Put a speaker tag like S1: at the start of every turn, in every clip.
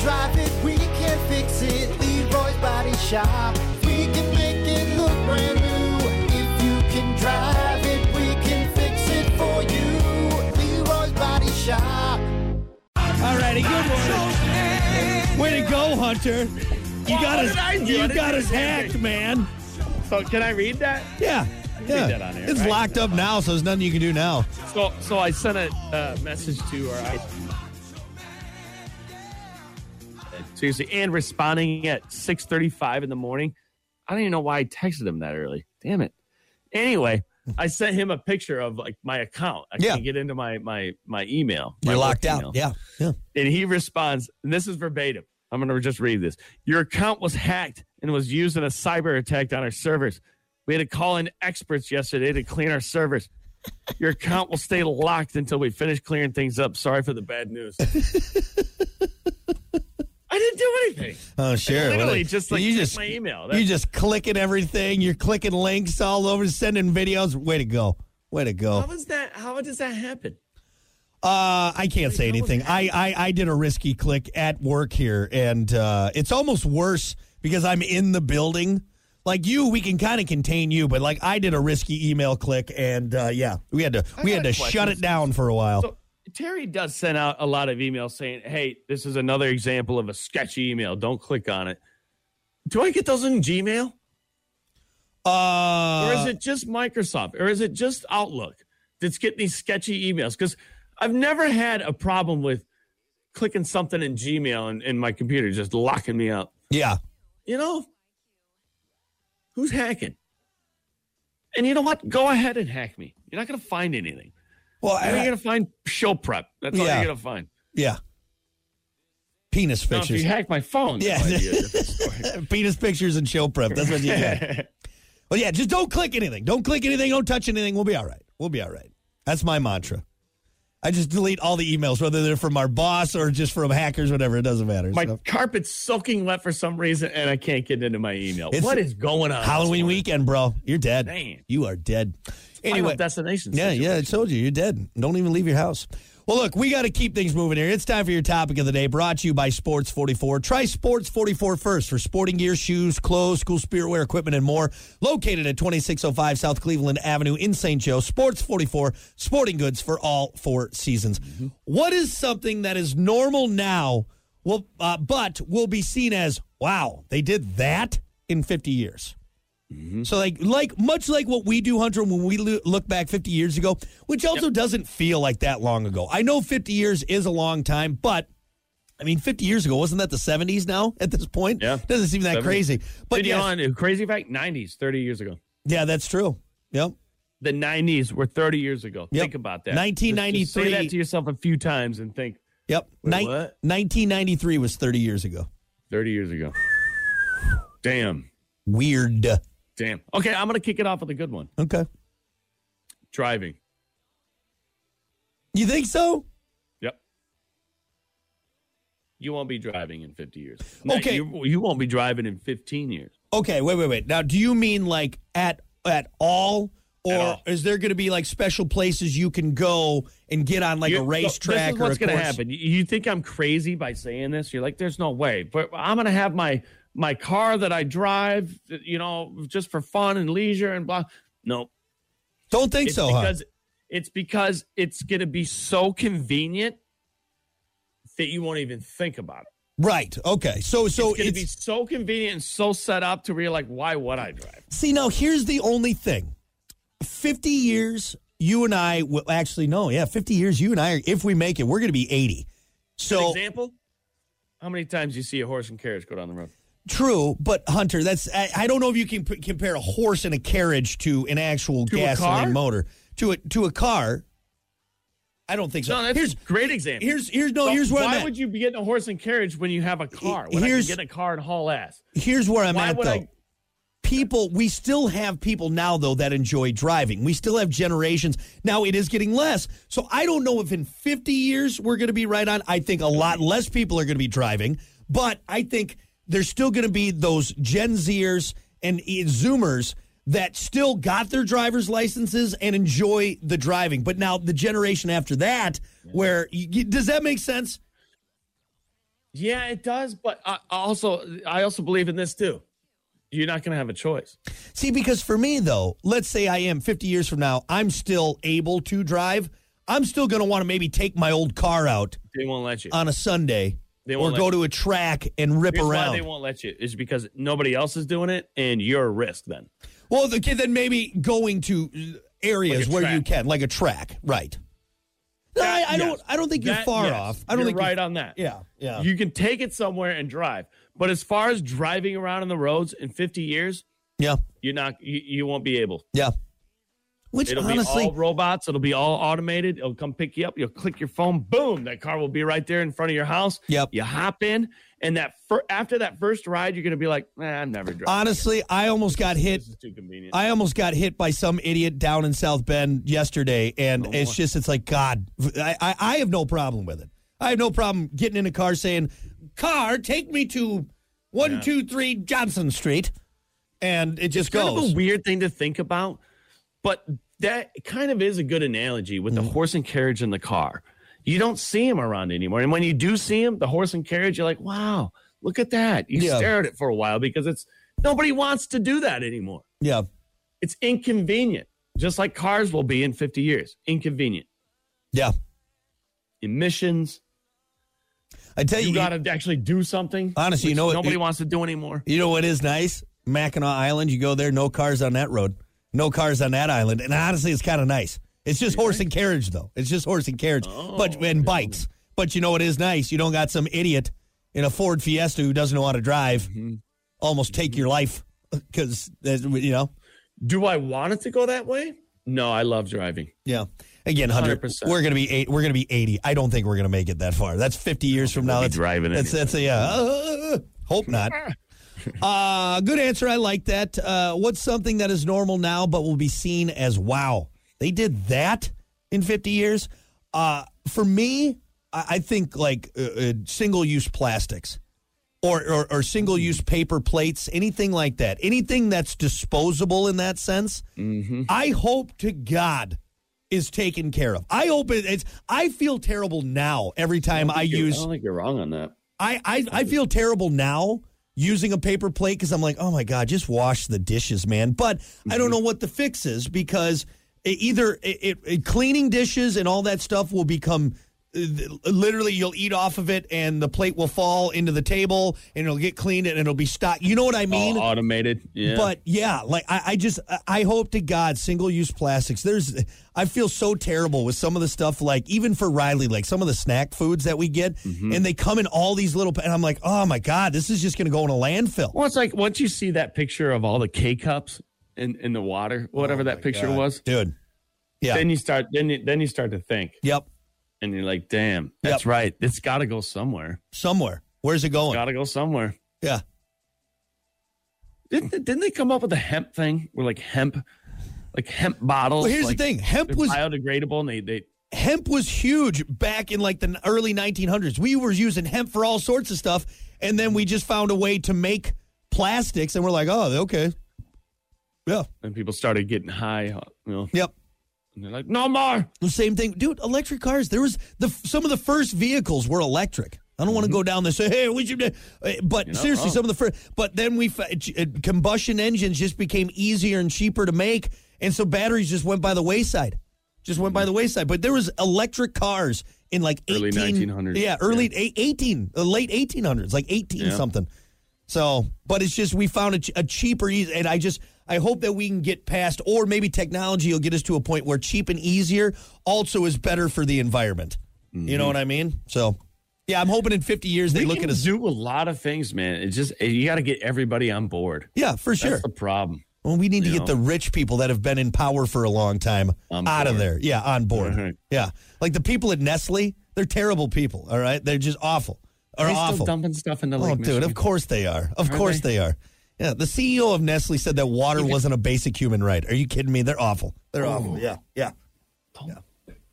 S1: drive it, we can fix it. Leroy's Body Shop. We can make it look brand new. If you can drive it, we can fix it for you. Leroy's Body Shop.
S2: All righty, good one. Way to go, Hunter. You
S3: Wow,
S2: got
S3: what
S2: us.
S3: did I do? I
S2: You
S3: didn't
S2: got
S3: do
S2: us hacked,
S3: anything.
S2: man.
S3: So can I read that?
S2: Yeah.
S3: Read
S4: Yeah.
S3: that on air,
S4: it's
S3: right?
S4: locked up now, so there's nothing you can do now.
S3: So so I sent a uh, message to our I- Seriously, and responding at 6:35 in the morning. I don't even know why I texted him that early. Damn it. Anyway, I sent him a picture of like my account. I
S4: Hmm. Yeah.
S3: can't get into my my my email. my
S4: You're
S3: work
S4: locked
S3: email.
S4: out. Yeah. Yeah.
S3: And he responds, and this is verbatim. I'm going to just read this. Your account was hacked and was used in a cyber attack on our servers. We had to call in experts yesterday to clean our servers. Your account will stay locked until we finish clearing things up. Sorry for the bad news. I didn't do anything.
S4: Oh, sure.
S3: Literally,
S4: Well,
S3: just like check my email. That-
S4: you just clicking everything. You're clicking links all over, sending videos. Way to go. Way to go.
S3: How is that? How does that happen?
S4: Uh, I can't say
S3: how was
S4: anything. I, I, I did a risky click at work here, and uh, it's almost worse because I'm in the building. Like you, we can kind of contain you, but like I did a risky email click, and uh, yeah, we had to we
S3: got
S4: had
S3: a
S4: to shut
S3: question.
S4: it down for a while.
S3: So Terry does send out a lot of emails saying, "Hey, this is another example of a sketchy email. Don't click on it." Do I get those in Gmail?
S4: uh,
S3: or is it just Microsoft, or is it just Outlook that's getting these sketchy emails? Because I've never had a problem with clicking something in Gmail and, and my computer just locking me up.
S4: yeah,
S3: You know, who's hacking? And you know what? Go ahead and hack me. You're not going to find anything.
S4: well,
S3: You're
S4: I-
S3: going to find show prep. That's all
S4: Yeah.
S3: you're going to find.
S4: yeah, penis
S3: Now, if
S4: pictures,
S3: you hack my phone,
S4: Yeah.
S3: yeah.
S4: penis pictures, and show prep. That's what you get. well, yeah, just don't click anything. Don't click anything. Don't touch anything. We'll be all right. We'll be all right. That's my mantra. I just delete all the emails, whether they're from our boss or just from hackers, whatever. It doesn't matter.
S3: my
S4: So,
S3: carpet's soaking wet for some reason, and I can't get into my email.
S4: It's-
S3: what is going on? this
S4: Halloween
S3: morning?
S4: weekend, bro. You're dead.
S3: Man.
S4: You are dead. Anyway,
S3: Final destination.
S4: yeah,
S3: situation.
S4: yeah. I told you, you're dead. Don't even leave your house. Well, look, we got to keep things moving here. It's time for your topic of the day, brought to you by Sports 44. Try Sports 44 first for sporting gear, shoes, clothes, school spirit wear, equipment, and more. Located at 2605 South Cleveland Avenue in St. Joe, Sports 44, sporting goods for all four seasons. What is something that is normal now, will, uh, but will be seen as, wow, they did that in 50 years? So like like much like what we do, Hunter, when we lo- look back 50 years ago, which also doesn't feel like that long ago. I know 50 years is a long time, but I mean 50 years ago wasn't that the 70s now at this point?
S3: Yeah.
S4: Doesn't seem that
S3: 70s.
S4: crazy. But
S3: Did you
S4: yes,
S3: know on crazy fact? 90s, 30 years ago.
S4: yeah, that's true. Yep.
S3: The 90s were 30 years ago.
S4: Yep.
S3: Think about that.
S4: 1993.
S3: Just- just say that to yourself a few times and think
S4: Yep.
S3: Wait,
S4: Nin-
S3: what?
S4: 1993 was 30 years ago.
S3: 30 years ago. Damn.
S4: Weird.
S3: Damn. Okay, I'm going to kick it off with a good one.
S4: Okay.
S3: Driving.
S4: You think so?
S3: Yep. You won't be driving in 50 years. No,
S4: Okay.
S3: You, you won't be driving in 15 years.
S4: Okay, wait, wait, wait. Now, do you mean like at at all, or
S3: At all.
S4: is there going to be like special places you can go and get on like
S3: You-
S4: a
S3: so
S4: racetrack
S3: This is
S4: or
S3: what's
S4: a
S3: gonna
S4: course?
S3: happen. You- You think I'm crazy by saying this? You're like, there's no way. But I'm gonna have my my car that I drive, you know, just for fun and leisure and blah. No,
S4: Don't think
S3: it's
S4: so, huh?
S3: because it's because it's gonna be so convenient that you won't even think about it.
S4: Right. Okay. So so
S3: It's gonna
S4: it's,
S3: be so convenient and so set up to where you're like, why would I drive?
S4: see now. Here's the only thing. Fifty years, you and I will actually no, yeah, fifty years, you and I, are, if we make it, we're going to be eighty.
S3: For
S4: So
S3: example, how many times you see a horse and carriage go down the road?
S4: true, but Hunter, that's I, I don't know if you can p- compare a horse and a carriage to an actual
S3: To a car?
S4: gasoline motor to a to a car. I don't think so.
S3: No, that's
S4: here's
S3: a great example.
S4: Here's here's no
S3: So
S4: here's where
S3: why
S4: I'm at.
S3: would you be getting a horse and carriage when you have a car? When
S4: Here's-
S3: I can get in a car and haul ass.
S4: here's where I'm
S3: why
S4: at
S3: would
S4: though.
S3: I-
S4: People, we still have people now though that enjoy driving. We still have generations. Now it is getting less. So I don't know if in 50 years we're going to be right on. I think a lot less people are going to be driving, but I think there's still going to be those Gen Zers and e- Zoomers that still got their driver's licenses and enjoy the driving. But now the generation after that, where y- y- does that make sense?
S3: Yeah, it does. But I I also, I also believe in this too. You're not going to have a choice.
S4: See, because for me though, let's say I am 50 years from now, I'm still able to drive. I'm still going to want to maybe take my old car out
S3: They won't let you.
S4: on a Sunday
S3: They
S4: or
S3: won't let
S4: go
S3: you.
S4: to a track and rip
S3: Here's
S4: around.
S3: why they won't let you is because nobody else is doing it, and you're a risk then.
S4: Well, the kid then maybe going to uh, areas
S3: Like a
S4: where you
S3: track.
S4: can, like a track, right? No, I, I
S3: Yes.
S4: don't. I don't think you're
S3: That-
S4: far
S3: yes.
S4: off. I don't
S3: You're
S4: think
S3: right
S4: You're,
S3: on that.
S4: yeah, yeah.
S3: You can take it somewhere and drive. But as far as driving around on the roads in 50 years,
S4: yeah,
S3: you're not you, you won't be able.
S4: yeah. Which
S3: It'll
S4: honestly,
S3: be all robots, it'll be all automated. It'll come pick you up, you'll click your phone, boom, that car will be right there in front of your house.
S4: Yep.
S3: You hop in and that fir- after that first ride you're going to be like, "Nah, I'm never driving.
S4: honestly, I almost got hit.
S3: this is too convenient."
S4: I almost got hit by some idiot down in South Bend yesterday, and it's just it's like God. I, I I have no problem with it. I have no problem getting in a car saying, "Car, take me to one two three Johnson Street," and it just
S3: kind
S4: goes.
S3: of a weird thing to think about, but that kind of is a good analogy with
S4: Mm.
S3: the horse and carriage in the car. You don't see him around anymore, and when you do see him, the horse and carriage, you're like, "Wow, look at that!" You
S4: Yeah.
S3: stare at it for a while because it's nobody wants to do that anymore.
S4: yeah.
S3: It's inconvenient, just like cars will be in 50 years. Inconvenient
S4: Yeah.
S3: emissions.
S4: I tell you,
S3: You got to actually do something.
S4: Honestly, you
S3: which
S4: know what-
S3: nobody
S4: it-
S3: wants to do anymore.
S4: you know what is nice? Mackinac Island. You go there, no cars on that road, no cars on that island, and honestly, it's kind of nice. It's just horse and carriage, though. It's just horse and carriage, but and bikes. But you know what is nice? You don't got some idiot in a Ford Fiesta who doesn't know how to drive, almost take your life because you know.
S3: Do I want it to go that way? No, I love driving.
S4: Yeah. Again, hundred percent.
S3: 100%.
S4: We're gonna be eight. We're gonna be eighty. I don't think we're gonna make it that far. That's fifty years from now.
S3: be
S4: That's
S3: driving
S4: That's that's a yeah. Uh, hope not. uh good answer. I like that. Uh, what's something that is normal now but will be seen as wow? They did that in fifty years. Uh, for me, I, I think like uh, uh, single use plastics or, or, or single use paper plates, anything like that, anything that's disposable in that sense, I hope to God is taken care of. I hope it, it's, I feel terrible now every time I,
S3: You're- I
S4: use,
S3: don't think you're wrong on that.
S4: I, I, I feel terrible now using a paper plate because I'm like, oh my God, just wash the dishes, man. But I don't know what the fix is because it either it, it, it- cleaning dishes and all that stuff will become uh, literally you'll eat off of it and the plate will fall into the table and it'll get cleaned and it'll be stocked. You know what I mean?
S3: All automated. Yeah.
S4: But yeah, like I, I just I- I hope to God single use plastics. There's I feel so terrible with some of the stuff like even for Riley, like some of the snack foods that we get,
S3: Mm-hmm.
S4: and they come in all these little pa- and I'm like, oh my God, this is just gonna go in a landfill.
S3: Well, it's like once you see that picture of all the K cups in, in the water, whatever that picture
S4: Oh God,
S3: was,
S4: Dude. Yeah.
S3: then you start then you, then you start to think,
S4: yep.
S3: and you're like, "Damn, that's
S4: Yep.
S3: right. It's got to go somewhere.
S4: Somewhere. Where's it going?
S3: Got to go somewhere."
S4: Yeah.
S3: Didn't they, didn't they come up with a hemp thing? Where like hemp, like hemp bottles.
S4: Well here's
S3: like,
S4: the thing. Hemp
S3: they're
S4: was
S3: biodegradable, and they they
S4: hemp was huge back in like the early 1900s. We were using hemp for all sorts of stuff, and then we just found a way to make plastics, and we're like, oh, okay, yeah,
S3: and people started getting high. You know,
S4: yep.
S3: and they're like, "No more."
S4: The same thing, dude. Electric cars. There was the some of the first vehicles were electric. I don't want
S3: Mm-hmm.
S4: to go down this. Hey, we should. do-" Uh, But
S3: not
S4: seriously,
S3: wrong.
S4: some of the first. But then we fa- j- uh, combustion engines just became easier and cheaper to make, and so batteries just went by the wayside. Just went by the wayside. But there was electric cars in like
S3: Mm-hmm. Early
S4: 18
S3: 1900s.
S4: Yeah, early eight- eighteen, uh, late eighteen hundreds, like eighteen
S3: Yeah.
S4: something. So, but it's just we found a, ch- a cheaper, eas- and I just I hope that we can get past, or maybe technology will get us to a point where cheap and easier also is better for the environment. You know what I mean? So, yeah, I'm hoping in 50 years they
S3: Mm-hmm. We
S4: look
S3: can
S4: at us.
S3: do a lot of things, man. It's just you got to get everybody on board.
S4: Yeah, for
S3: That's
S4: sure.
S3: the problem.
S4: Well, we need to
S3: you
S4: get the rich people that have been in power for a long time
S3: On
S4: out of
S3: board.
S4: there. Yeah, on board.
S3: Right.
S4: Yeah, like the people at Nestle, they're terrible people. All right, they're just awful. Are
S3: They
S4: awful.
S3: still dumping stuff in the
S4: Oh,
S3: lake.
S4: dude, of course they are. Of
S3: Are
S4: course they?
S3: they?
S4: are. Yeah, the CEO of Nestle said that water wasn't a basic human right. Are you kidding me? They're awful. They're awful. Yeah, yeah,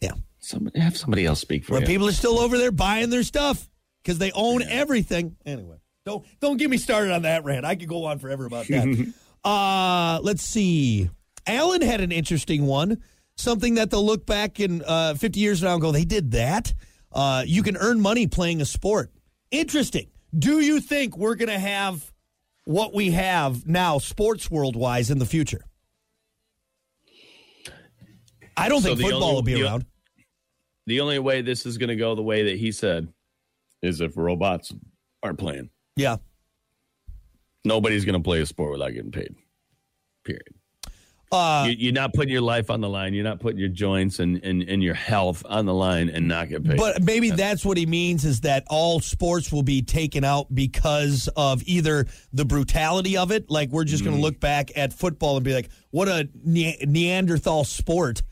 S4: yeah.
S3: Somebody, have somebody else speak for
S4: When
S3: you.
S4: people are still over there buying their stuff because they own everything. Anyway, don't don't get me started on that rant. I could go on forever about that. uh, let's see. Alan had an interesting one. Something that they'll look back in uh, 50 years from now and go, they did that. Uh, you can earn money playing a sport. Interesting. Do you think we're going to have what we have now, sports world wise, in the future? I don't
S3: So
S4: think
S3: the
S4: football
S3: only-
S4: will be
S3: the-
S4: around.
S3: The only way this is going to go the way that he said is if robots are playing.
S4: Yeah.
S3: Nobody's going to play a sport without getting paid. Period.
S4: Uh,
S3: you, you're not putting your life on the line. You're not putting your joints and, and, and your health on the line and not get paid.
S4: but maybe that's what he means is that all sports will be taken out because of either the brutality of it. Like, we're just going
S3: Mm-hmm.
S4: to look back at football and be like, what a ne- Neanderthal sport.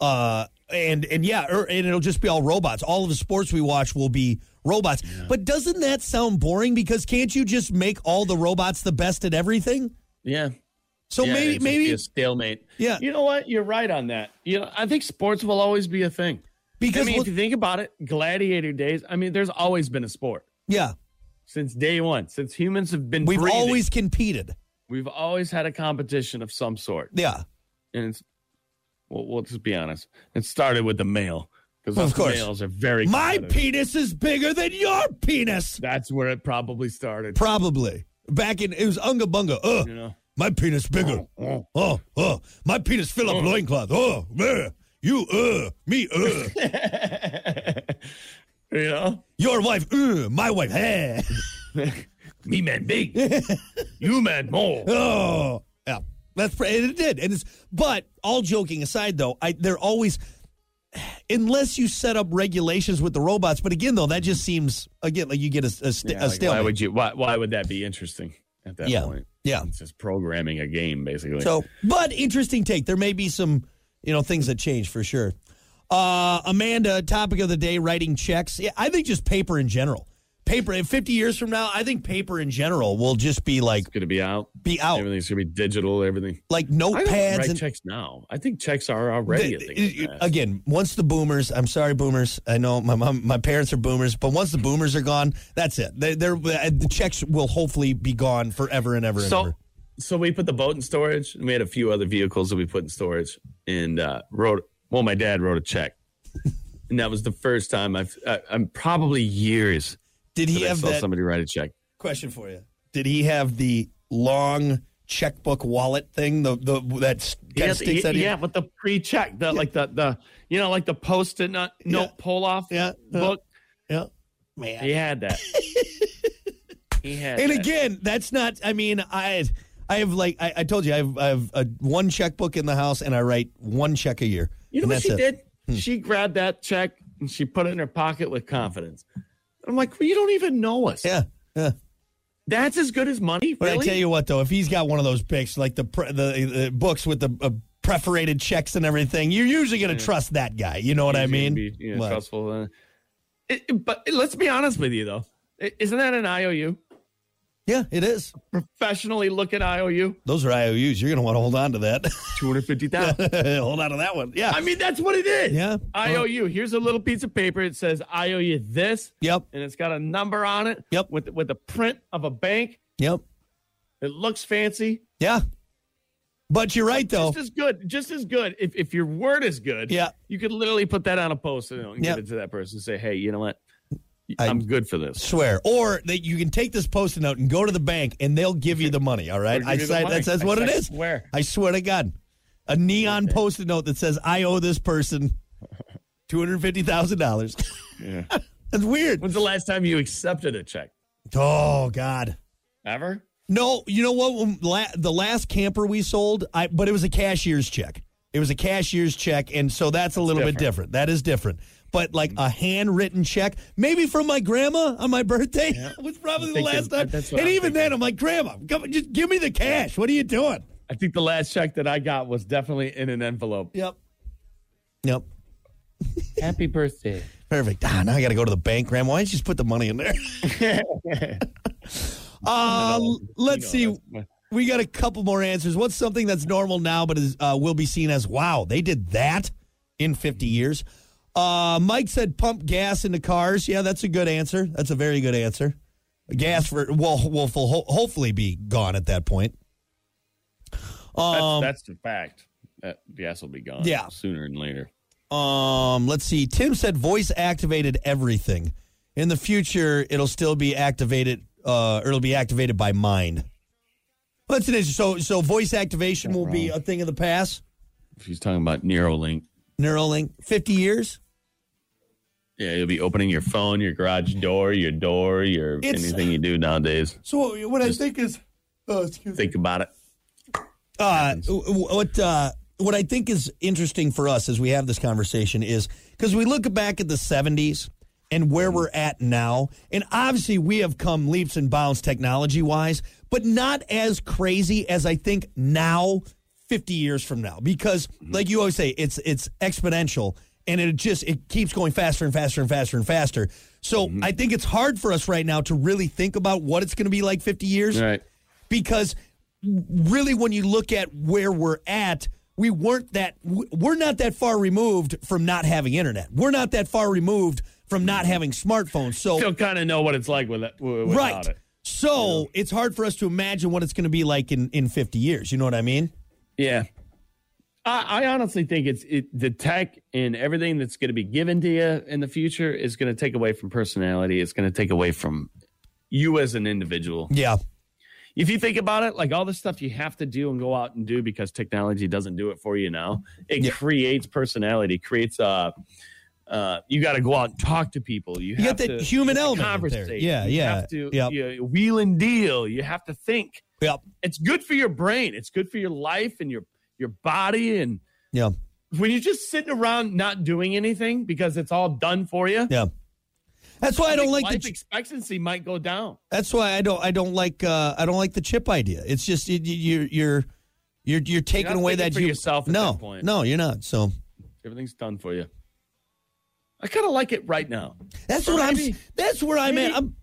S4: Uh, and, and yeah, er, and it'll just be all robots. All of the sports we watch will be robots. But doesn't that sound boring? Because can't you just make all the robots the best at everything?
S3: yeah.
S4: So
S3: Yeah,
S4: maybe,
S3: it's just be
S4: maybe
S3: a stalemate.
S4: Yeah.
S3: you know what? You're right on that. You know, I think sports will always be a thing. I
S4: because,
S3: mean,
S4: we'll-
S3: if you think about it, gladiator days. I mean, there's always been a sport
S4: yeah,
S3: since day one. Since humans have been,
S4: we've
S3: breathing,
S4: always competed.
S3: we've always had a competition of some sort,
S4: Yeah.
S3: and it's we'll, we'll just be honest. It started with the male because
S4: Of course.
S3: males are very
S4: My
S3: competitive.
S4: penis is bigger than your penis.
S3: That's where it probably started.
S4: Probably. Back in, it was Unga Bunga. Uh,
S3: You know.
S4: my penis bigger. Oh, oh, my penis fill up loincloth. Oh, bleh. you, uh, me, uh,
S3: you know,
S4: your wife, uh, my wife, eh.
S3: me man big, you man more.
S4: Oh, yeah. That's pre- and it did, and it's. But all joking aside, though, I they're always unless you set up regulations with the robots. But again, though, that just seems again like you get a, a, st-
S3: Yeah,
S4: a
S3: like, why
S4: stalemate.
S3: would you? Why, why would that be interesting at that
S4: Uh, Yeah.
S3: point?
S4: Yeah.
S3: it's just programming a game basically.
S4: So, but interesting take. There may be some, you know, things that change for sure. Uh, Amanda, topic of the day: writing checks. Yeah, I think just paper in general. Paper. in Fifty years from now, I think paper in general will just be like
S3: it's going to be out.
S4: be out,
S3: Everything's going to be digital. Everything.
S4: like
S3: I don't
S4: notepads
S3: write
S4: and
S3: checks now. I think checks are already
S4: the-
S3: a thing.
S4: it- again. Once the boomers, I'm sorry, boomers. I know my mom, my parents are boomers, but once the boomers are gone, that's it. They, they're uh, the checks will hopefully be gone forever and ever and
S3: so,
S4: ever.
S3: so we put the boat in storage, and we had a few other vehicles that we put in storage, and uh, wrote. Well, my dad wrote a check, and that was the first time I've. I, I'm probably years
S4: Did
S3: that
S4: he
S3: I
S4: have
S3: saw
S4: that?
S3: somebody write a check.
S4: Question for you: Did he have the long checkbook wallet thing? The the that s- kind
S3: Yeah,
S4: of sticks out. of your-
S3: yeah, with the pre-check, the like the the you know like the post-it not, note pull off
S4: Yeah.
S3: book.
S4: yeah, man.
S3: He had that. he had.
S4: And
S3: that.
S4: again, that's not. I mean, I I have like I, I told you, I have I have a, one checkbook in the house, and I write one check a year.
S3: you know
S4: And
S3: what
S4: that's
S3: she
S4: it. Hmm.
S3: did? She grabbed that check and she put it in her pocket with confidence. I'm like, well, you don't even know us.
S4: Yeah. Yeah.
S3: That's as good as money.
S4: But
S3: really?
S4: I tell you what, though, if he's got one of those books, like the pre- the uh, books with the uh, perforated checks and everything, you're usually going to trust that guy. You know what I
S3: Easy to
S4: mean?
S3: be, you know,
S4: What?
S3: trustful. uh, it- it- but let's be honest with you though, I- isn't that an IOU?
S4: Yeah, it is.
S3: Professionally looking IOU,
S4: Those are IOUs. You're going to want to hold on to that.
S3: two hundred fifty thousand.
S4: Hold on to that one. Yeah.
S3: I mean, that's what it is.
S4: Yeah.
S3: I owe you. Here's a little piece of paper. It says I owe you this,
S4: Yep.
S3: and it's got a number on it.
S4: Yep.
S3: With with a print of a bank.
S4: Yep.
S3: It looks fancy.
S4: Yeah. But you're right though.
S3: Just as good. Just as good. If if your word is good,
S4: Oh. Yeah.
S3: you could literally put that on a post and give
S4: Yeah.
S3: it to that person. and Say, hey, you know what?
S4: I-
S3: I'm good for this.
S4: Swear. Or that you can take this post-it note and go to the bank and they'll give you the money, all right?
S3: They'll give
S4: I
S3: you the
S4: said
S3: money.
S4: that's that's
S3: I
S4: what it
S3: said,
S4: is.
S3: swear.
S4: I swear to God. A neon post-it note that says I owe this person $250,000.
S3: Yeah.
S4: That's weird.
S3: When's the last time you accepted a check?
S4: Oh god.
S3: Ever?
S4: No, you know what? When la- the last camper we sold, I but it was a cashier's check. It was a cashier's check, and so that's a little bit different. That is different. But like a handwritten check, maybe from my grandma on my birthday, was probably the
S3: I'm thinking-
S4: last time. And
S3: that's what I'm
S4: even then,
S3: thinking.
S4: I'm like, Grandma, come, on, just give me the cash. What are you doing?
S3: I think the last check that I got was definitely in an envelope.
S4: Yep. Yep.
S3: Happy birthday.
S4: Perfect. Ah, now I got to go to the bank, Grandma. Why don't you just put the money in there? uh, let's
S3: You know,
S4: see.
S3: that's-
S4: We got a couple more answers. What's something that's normal now but is uh, will be seen as wow? They did that in 50 years. Uh, Mike said pump gas into cars. Yeah, that's a good answer. That's a very good answer. Gas for will will full- ho- hopefully be gone at that point.
S3: That's,
S4: Um,
S3: that's the fact. That gas will be gone.
S4: Yeah.
S3: sooner than later.
S4: um, let's see. Tim said voice activated everything. In the future, it'll still be activated, uh, or it'll be activated by mind. Well, that's an issue. So, so voice activation will be a thing of the past.
S3: If he's talking about Neuralink,
S4: Neuralink, fifty years.
S3: yeah, you'll be opening your phone, your garage door, your door, your
S4: It's-
S3: anything you do nowadays.
S4: So, what I think is, oh, excuse
S3: Think about it.
S4: Uh, w- w- what uh, what I think is interesting for us as we have this conversation is because we look back at the '70s and
S3: Mm-hmm.
S4: where we're at now, and obviously we have come leaps and bounds technology wise, but not as crazy as I think now, 50 years from now, because
S3: Mm-hmm.
S4: like you always say, it's it's exponential and it just it keeps going faster and faster and faster and faster. So
S3: Mm-hmm.
S4: I think it's hard for us right now to really think about what it's going to be like 50 years
S3: All right.
S4: because really when you look at where we're at we weren't that we're not that far removed from not having internet we're not that far removed from not having smartphones so
S3: Still kind of know what it's like with it, w- without
S4: right
S3: it.
S4: so it's hard for us to imagine what it's going to be like in in 50 years you know what i mean
S3: Yeah. I, I honestly think it's it, the tech and everything that's going to be given to you in the future is going to take away from personality. It's going to take away from you as an individual.
S4: yeah
S3: If you think about it, like all the stuff you have to do and go out and do because technology doesn't do it for you now, it
S4: Yeah.
S3: creates personality, creates uh, uh, you got to go out and talk to people.
S4: you
S3: You, have
S4: got that
S3: to
S4: human element
S3: conversate.
S4: there yeah
S3: You
S4: yeah
S3: have to
S4: yep.
S3: you wheel and deal. You have to think.
S4: yep
S3: It's good for your brain. It's good for your life and your your body and
S4: yeah
S3: when you're just sitting around not doing anything because it's all done for you,
S4: yeah that's why i don't like the
S3: life
S4: ch-
S3: expectancy might go down.
S4: That's why I don't I don't like uh, I don't like the chip idea. It's just you, you, you're you're you're taking
S3: not
S4: away
S3: thinking
S4: that
S3: for
S4: you,
S3: yourself at
S4: no,
S3: that point.
S4: no, you're not. So
S3: Everything's done for you. I kind of like it right now.
S4: that's what I'm.
S3: Maybe-
S4: That's where I'm at.
S3: maybe-
S4: I'm,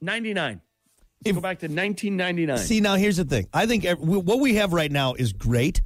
S3: 99. Let's
S4: If-
S3: go back to 1999.
S4: see now, here's the thing. I think ev- w- what we have right now is great.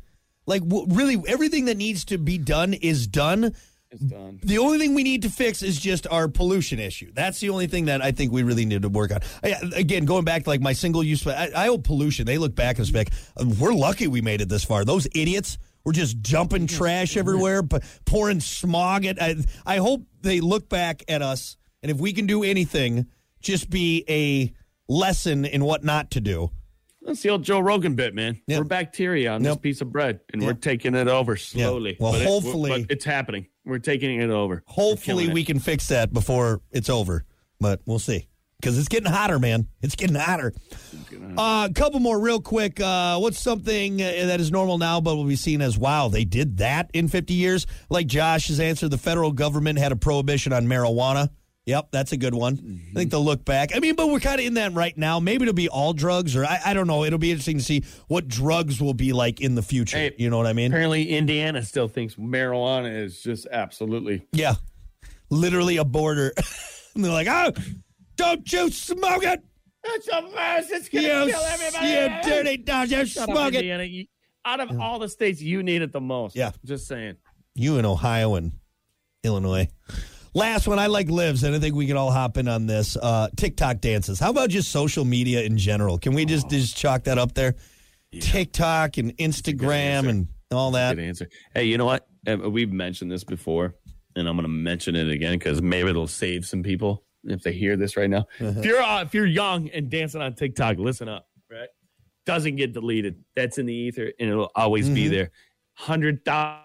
S4: Like w- really, everything that needs to be done is done.
S3: it's done.
S4: The only thing we need to fix is just our pollution issue. That's the only thing that I think we really need to work on. I, again, going back to like my single use, I, I owe pollution. They look back and it's like, we're lucky we made it this far. Those idiots were just dumping trash everywhere, p- pouring smog. At, I, I hope they look back at us, and if we can do anything, just be a lesson in what not to do.
S3: That's the old Joe Rogan bit, man.
S4: Yeah.
S3: We're bacteria on
S4: Yep.
S3: this piece of bread, and we're taking it over slowly.
S4: Well,
S3: it-
S4: hopefully-
S3: but it's happening. We're taking it over. We're
S4: Hopefully,
S3: killing it.
S4: we can fix that before it's over, but we'll see. Because it's getting hotter, man. It's getting hotter. A uh, couple more, real quick. Uh, what's something uh, that is normal now, but will be seen as wow, they did that in 50 years? Like Josh has answered, the federal government had a prohibition on marijuana. Yep, that's a good one. I
S3: Mm-hmm.
S4: think they'll look back. I mean, but we're kind of in that right now. Maybe it'll be all drugs, or I, I don't know. It'll be interesting to see what drugs will be like in the future.
S3: Hey,
S4: you know what I mean?
S3: Apparently, Indiana still thinks marijuana is just absolutely
S4: Yeah. Literally a border. and they're like, oh, don't you smoke it.
S3: That's a virus. It's
S4: You,
S3: gonna kill everybody.
S4: you dirty dog. You
S3: Shut up,
S4: smoke it.
S3: Indiana. You- Out of all the states, you need it the most.
S4: Yeah.
S3: just saying.
S4: You in Ohio and Illinois. Last one, I like lives, and I think we can all hop in on this. Uh, TikTok dances. How about just social media in general? Can we just, just chalk that up there? TikTok and Instagram
S3: answer.
S4: and all that.
S3: Good answer. Hey, you know what? Uh, We've mentioned this before, and I'm going to mention it again because maybe it'll save some people if they hear this right now. If you're uh, if you're young and dancing on TikTok, listen up. Right? Doesn't get deleted. That's in the ether, and it'll always be there. Hundred thousand.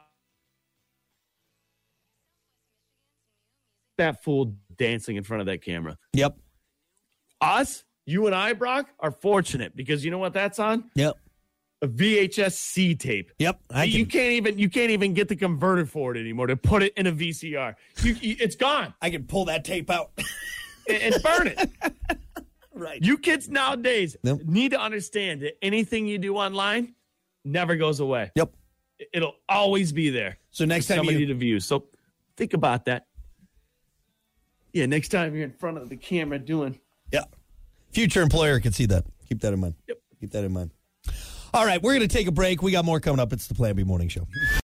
S3: That fool dancing in front of that camera.
S4: Yep.
S3: us, you and I, Brock, are fortunate because you know what that's on?
S4: Yep.
S3: A VHS C tape.
S4: Yep. I
S3: you
S4: can,
S3: can't even you can't even get the converter for it anymore to put it in a VCR. You, you- it's gone
S4: I can pull that tape out.
S3: and, and burn it.
S4: right.
S3: You kids nowadays
S4: Nope.
S3: need to understand that anything you do online never goes away.
S4: Yep.
S3: It- It'll always be there.
S4: So next time
S3: somebody
S4: you,
S3: to view. So think about that. Yeah, next time you're in front of the camera doing
S4: Yeah. Future employer could see that. Keep that in mind. Yep. Keep that in mind. All right, we're going to take a break. We got more coming up. It's the Plan B Morning Show.